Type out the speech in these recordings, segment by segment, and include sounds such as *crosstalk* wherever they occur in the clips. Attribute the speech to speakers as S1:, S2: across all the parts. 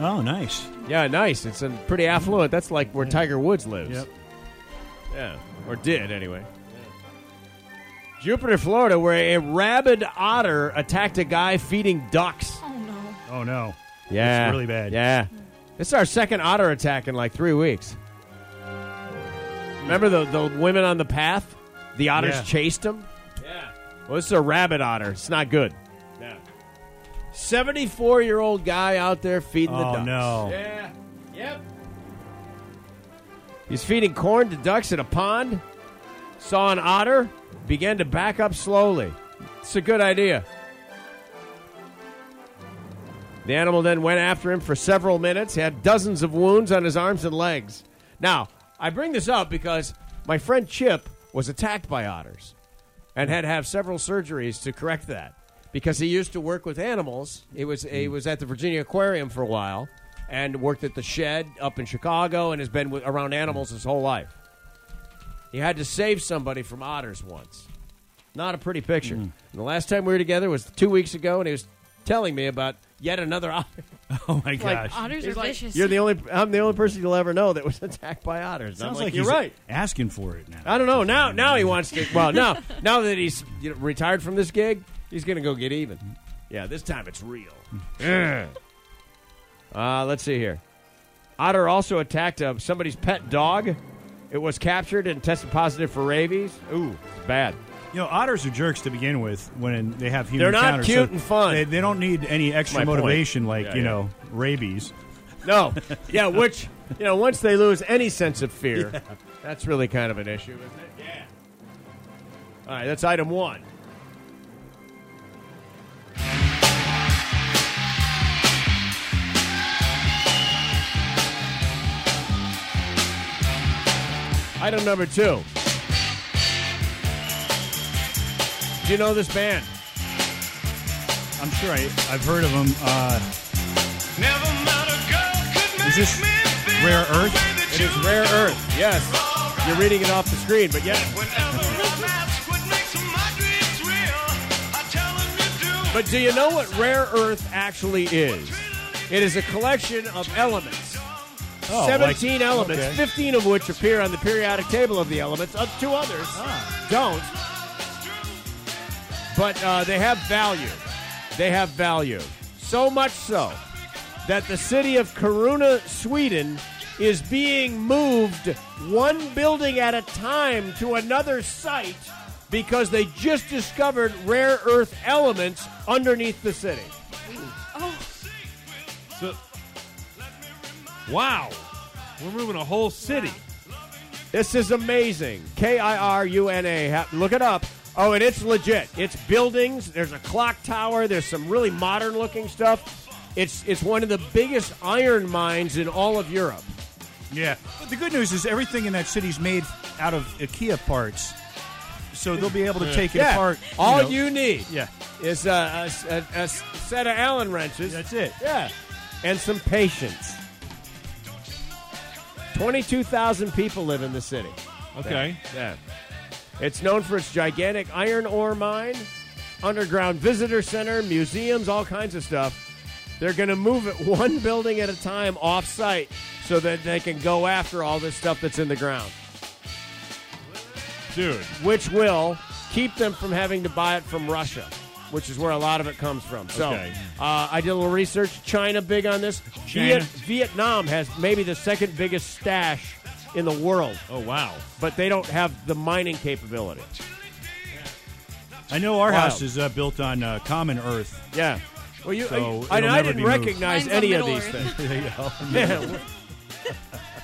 S1: Oh, nice.
S2: Yeah, nice. It's a pretty affluent. That's like where Tiger Woods lives.
S1: Yep.
S2: Yeah, or did anyway. Jupiter, Florida, where a rabid otter attacked a guy feeding ducks.
S1: Oh no.
S2: Yeah,
S1: really bad.
S2: Yeah, this is our second otter attack in like three weeks. Remember the the women on the path? The otters
S1: Yeah.
S2: chased them. Yeah. Well, this is a rabbit otter. It's not good. Yeah. Seventy-four year old guy out there feeding the
S1: Oh,
S2: ducks.
S1: no.
S2: Yeah. Yep. He's feeding corn to ducks in a pond. Saw an otter. Began to back up slowly. It's a good idea. The animal then went after him for several minutes. He had dozens of wounds on his arms and legs. Now, I bring this up because my friend Chip was attacked by otters and had to have several surgeries to correct that because he used to work with animals. He was he was at the Virginia Aquarium for a while and worked at the shed up in Chicago and has been with, around animals his whole life. He had to save somebody from otters once. Not a pretty picture. And the last time we were together was two weeks ago, and he was telling me about yet another otter.
S1: *laughs* Oh my gosh.
S3: Otters
S2: He's
S3: are
S2: like,
S3: vicious.
S2: You're the only. I'm the only person you'll ever know that was *laughs* attacked by otters. And I'm
S1: Sounds
S2: like,
S1: like
S2: you're
S1: he's
S2: right.
S1: Asking for it now.
S2: I don't know. Now, now he wants to. Well, now, now that he's you know, retired from this gig, he's going to go get even. Yeah, this time it's real. Yeah. uh, let's see here. Otter also attacked uh, somebody's pet dog. It was captured and tested positive for rabies. Ooh, it's bad.
S1: You know, otters are jerks to begin with when they have human
S2: They're not
S1: encounters,
S2: cute
S1: so
S2: and fun.
S1: They, they don't need any
S2: My
S1: extra
S2: point.
S1: motivation like,
S2: Yeah,
S1: you
S2: yeah.
S1: know, rabies.
S2: No. Yeah, which, you know, once they lose any sense of fear, that's really kind of an issue, isn't it? Yeah. All right, that's item one. Item number two. Do you know this band?
S1: I'm sure I, I've heard of them. Uh,
S4: Never mind a girl could
S1: is this
S4: feel
S1: Rare
S4: the
S1: Earth?
S4: way that
S2: It
S4: you
S2: is Rare Earth. Yes. You're reading it off the screen, but yes.
S4: Whenever I'm asked what makes my dreams real, I tell 'em you do.
S2: But do you know what rare earth actually is? It is a collection of elements.
S1: Oh, like-
S2: 17 elements,
S1: okay.
S2: 15 of which appear on the periodic table of the elements. Uh, two others
S1: Ah.
S2: don't. But uh, they have value. They have value. So much so that the city of Karuna, Sweden, is being moved one building at a time to another site because they just discovered rare earth elements underneath the city.
S5: Wow. We're moving a whole city.
S2: This is amazing. K I R U N A. Ha- Look it up. Oh, and it's legit. It's buildings. There's a clock tower. There's some really modern looking stuff. It's it's one of the biggest iron mines in all of Europe.
S1: yeah. But the good news is everything in that city's made out of IKEA parts. So they'll be able to take it
S2: yeah.
S1: apart.
S2: all
S1: know.
S2: you need
S1: Yeah.
S2: is a, a s- a- a s- set of Allen wrenches.
S1: That's it.
S2: Yeah, and some patience. Twenty-two thousand people live in the city.
S5: Okay.
S2: Yeah. It's known for its gigantic iron ore mine, underground visitor center, museums, all kinds of stuff. They're going to move it *laughs* one building at a time off site so that they can go after all this stuff that's in the ground,
S5: Dude.
S2: which will keep them from having to buy it from Russia, which is where a lot of it comes from. So
S5: Okay.
S2: uh, I did a little research. China big on this.
S5: China.
S2: Vietnam has maybe the second biggest stash in the world,
S5: Oh, wow.
S2: but they don't have the mining capability.
S1: I know our
S2: Wow.
S1: house is uh, built on uh, common earth.
S2: Yeah. Well, you.
S1: So
S2: I,
S1: it'll
S2: I
S1: never
S2: didn't
S1: be moved.
S2: recognize
S3: Mine's on
S2: any of
S3: Middle
S2: these
S3: Earth.
S2: things. *laughs* Yeah.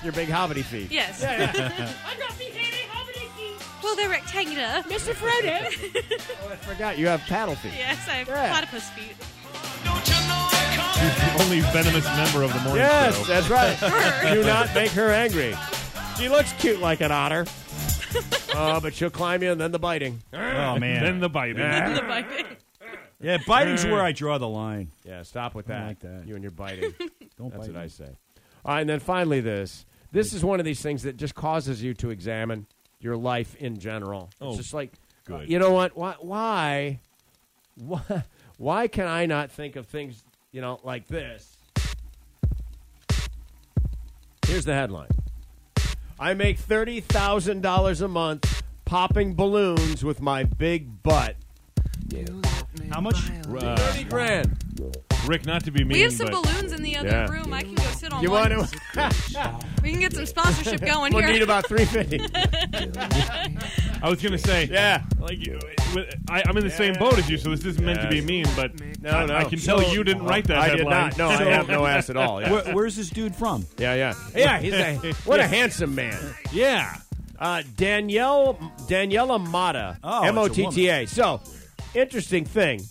S2: Your big hobbity feet.
S3: Yes. *laughs*
S4: I'm not behaving how many
S3: Well, they're rectangular. Mr. Frodo.
S2: I forgot you have paddle feet.
S3: *laughs* yes, I have
S2: Yeah.
S3: platypus feet.
S4: Don't you know I come
S5: Only venomous member of the morning
S2: Yes,
S3: *laughs*
S5: show.
S2: that's right. Do not make her angry. She looks cute like an
S3: *laughs*
S2: otter. uh, but she'll climb you and then the biting.
S1: Oh man.
S5: Then the biting.
S3: The
S2: *laughs*
S3: biting.
S1: yeah, biting's where I draw the line.
S2: Yeah, stop with that.
S1: like that.
S2: You and your biting.
S1: Don't
S2: That's
S1: bite
S2: what I
S1: me.
S2: say. All right, and then finally, this. This is one of these things that just causes you to examine your life in general.
S5: Oh,
S2: it's just like,
S5: good.
S2: you know what? Why, why, why, *laughs* why can I not think of things, you know, like this? Here's the headline. I make thirty thousand dollars a month popping balloons with my big butt.
S1: How much?
S2: Thirty grand.
S5: Rick, not to be mean,
S3: We have some
S5: but
S3: balloons in the other
S5: Yeah.
S3: room. I can go sit on
S2: You
S3: one.
S2: want to?
S3: We can get
S2: *laughs*
S3: some sponsorship going
S2: We'll
S3: here.
S2: need about three fifty.
S5: I was going to say,
S2: Yeah.
S5: like you, I, I'm in the same boat as you, so this isn't meant to be
S2: Yes.
S5: mean, but
S2: No,
S5: I,
S2: no.
S5: I can tell you didn't write that
S2: I did
S5: headline.
S2: not. No, I have no ass at all. Yeah,
S1: Where, where's this dude from?
S2: yeah, yeah. Yeah, he's *laughs* a, what a handsome man.
S5: Yeah.
S2: Uh, Danielle Daniela Motta,
S1: Oh, it's a
S2: M O T T A. So, interesting thing.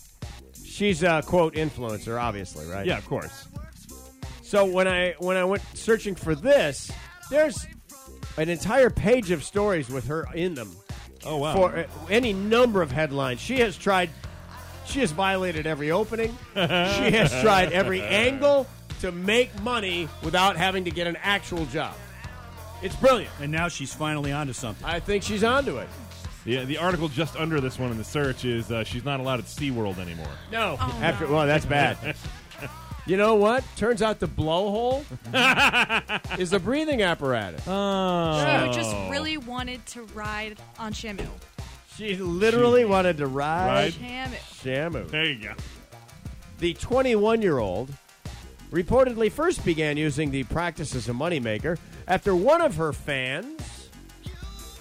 S2: She's a quote influencer, obviously, right?
S5: Yeah, of course.
S2: So when I when I went searching for this, there's an entire page of stories with her in them.
S1: Oh wow.
S2: for uh, any number of headlines. She has tried. She has violated every opening. she has tried every angle to make money without having to get an actual job. It's brilliant.
S1: and now she's finally onto something.
S2: I think she's onto it.
S5: Yeah, the article just under this one in the search is uh, she's not allowed at SeaWorld anymore.
S2: No, after well, that's bad. you know what? Turns out the *laughs* blowhole is a breathing apparatus. Oh.
S3: Who just really wanted to ride on Shamu.
S2: she literally wanted to ride
S5: Right.
S3: Shamu.
S2: Shamu.
S5: There you go.
S2: The 21 year old reportedly first began using the practice as a moneymaker after one of her fans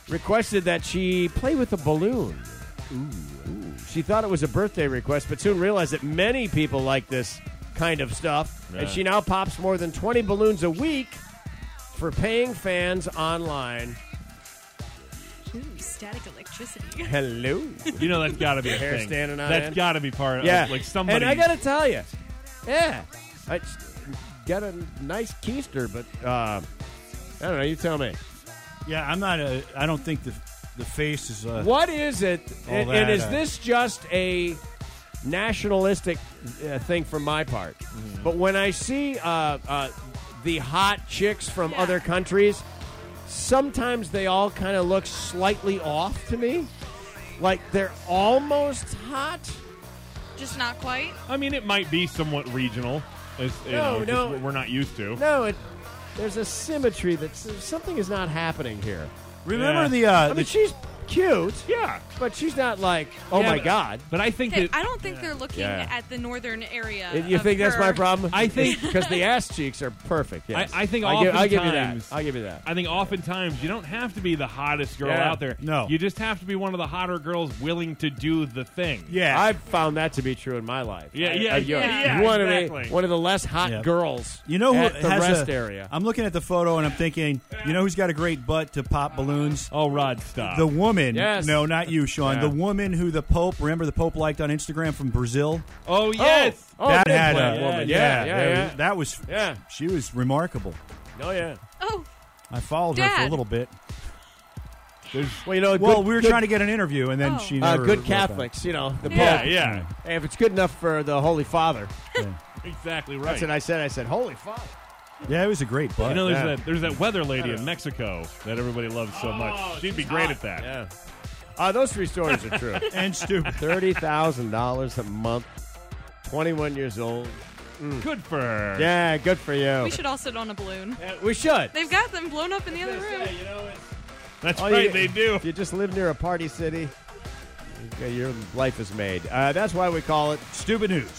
S2: requested that she play with a balloon. Ooh. She thought it was a birthday request, but soon realized that many people like this kind of stuff,
S5: Yeah.
S2: and she now pops more than 20 balloons a week for paying fans online.
S3: Ooh,
S2: *laughs*
S3: static electricity.
S2: Hello.
S5: You know that's got to be a
S2: Hair
S5: thing.
S2: standing on
S5: That's
S2: end.
S5: got to be part of
S2: Yeah.
S5: like somebody.
S2: And I got to tell you, yeah, I s- got a nice keister, but uh, I don't know. You tell me.
S1: Yeah, I'm not a. I don't think the the face is. uh, A,
S2: What is it?
S5: Oh,
S1: All
S2: And,
S1: that,
S2: and is
S1: uh,
S2: this just a nationalistic uh, thing from my part?
S5: Mm-hmm.
S2: But when I see uh, uh, the hot chicks from
S3: Yeah.
S2: other countries, sometimes they all kind of look slightly off to me. Like they're almost hot.
S3: Just not quite.
S5: I mean, it might be somewhat regional. As, you
S2: No,
S5: know, it's
S2: no.
S5: just what we're not used to.
S2: No, it, there's a symmetry that something is not happening here.
S1: Remember
S5: Yeah.
S1: the. Uh,
S2: I mean,
S1: the
S2: she's cute,
S5: Yeah.
S2: but she's not like, oh
S5: Yeah,
S2: my
S5: but-
S2: god.
S5: But I think
S3: Okay,
S5: that
S3: I don't think they're looking
S2: Yeah.
S3: at the northern area.
S2: You
S3: of
S2: think that's
S3: her.
S2: my problem?
S5: I think-
S2: because the ass cheeks are perfect. Yes.
S5: I- I think
S2: I'll give, I'll give you that.
S5: oftentimes-
S2: I'll give you that.
S5: I think oftentimes you don't have to be the hottest girl
S2: Yeah.
S5: out there.
S1: No.
S5: You just have to be one of the hotter girls willing to do the thing.
S1: yeah.
S2: I've found that to be true in my life.
S5: Yeah,
S2: I-
S5: yeah,
S2: I- you're
S5: yeah,
S2: one of
S5: exactly.
S2: the one of the less hot
S1: Yeah.
S2: girls.
S1: you know who
S2: at the
S1: has
S2: rest
S1: a- um,
S2: area?
S1: I'm looking at the photo and I'm thinking, you know who's got a great butt to pop balloons?
S5: Oh, Rod, stop.
S1: The woman,
S2: Yes.
S1: no, not you, Sean.
S2: Yeah.
S1: The woman who the Pope, remember the Pope liked on Instagram from Brazil.
S5: oh, yes.
S2: oh,
S1: that
S2: big
S1: had
S2: black
S1: a
S2: woman.
S1: Yeah,
S2: Yeah, yeah,
S1: there-
S2: yeah.
S1: That was,
S2: Yeah.
S1: she was remarkable.
S2: Oh yeah.
S3: Oh,
S1: I followed her for a
S3: Dad.
S1: little bit.
S2: Well, you know,
S1: Well,
S2: good,
S1: we were
S2: good,
S1: trying to get an interview, and then
S3: Oh.
S1: she
S2: uh,
S1: never
S2: good
S1: wrote back.
S2: Catholics. You know, the
S5: Yeah,
S2: Pope.
S5: yeah.
S2: Hey, if it's good enough for the Holy Father,
S5: Exactly right.
S2: that's what I said. I said, Holy Father.
S1: Yeah, it was a great butt.
S5: You know, there's
S2: Yeah.
S5: that there's that weather lady in Mexico that everybody loves so much. She'd be great at that.
S2: Yeah. Uh, those three stories are true.
S1: and
S2: *laughs*
S1: stupid.
S2: Thirty thousand dollars a month. Twenty-one years old.
S5: Good for her.
S2: Yeah, good for you.
S3: we should all sit on a balloon.
S2: Yeah, we should.
S3: They've got them blown up in the other room.
S5: That's
S2: All
S5: right.
S2: you-
S5: they do.
S2: If you just live near a party city, okay, your life is made. Uh, that's why we call it
S1: Stupid news.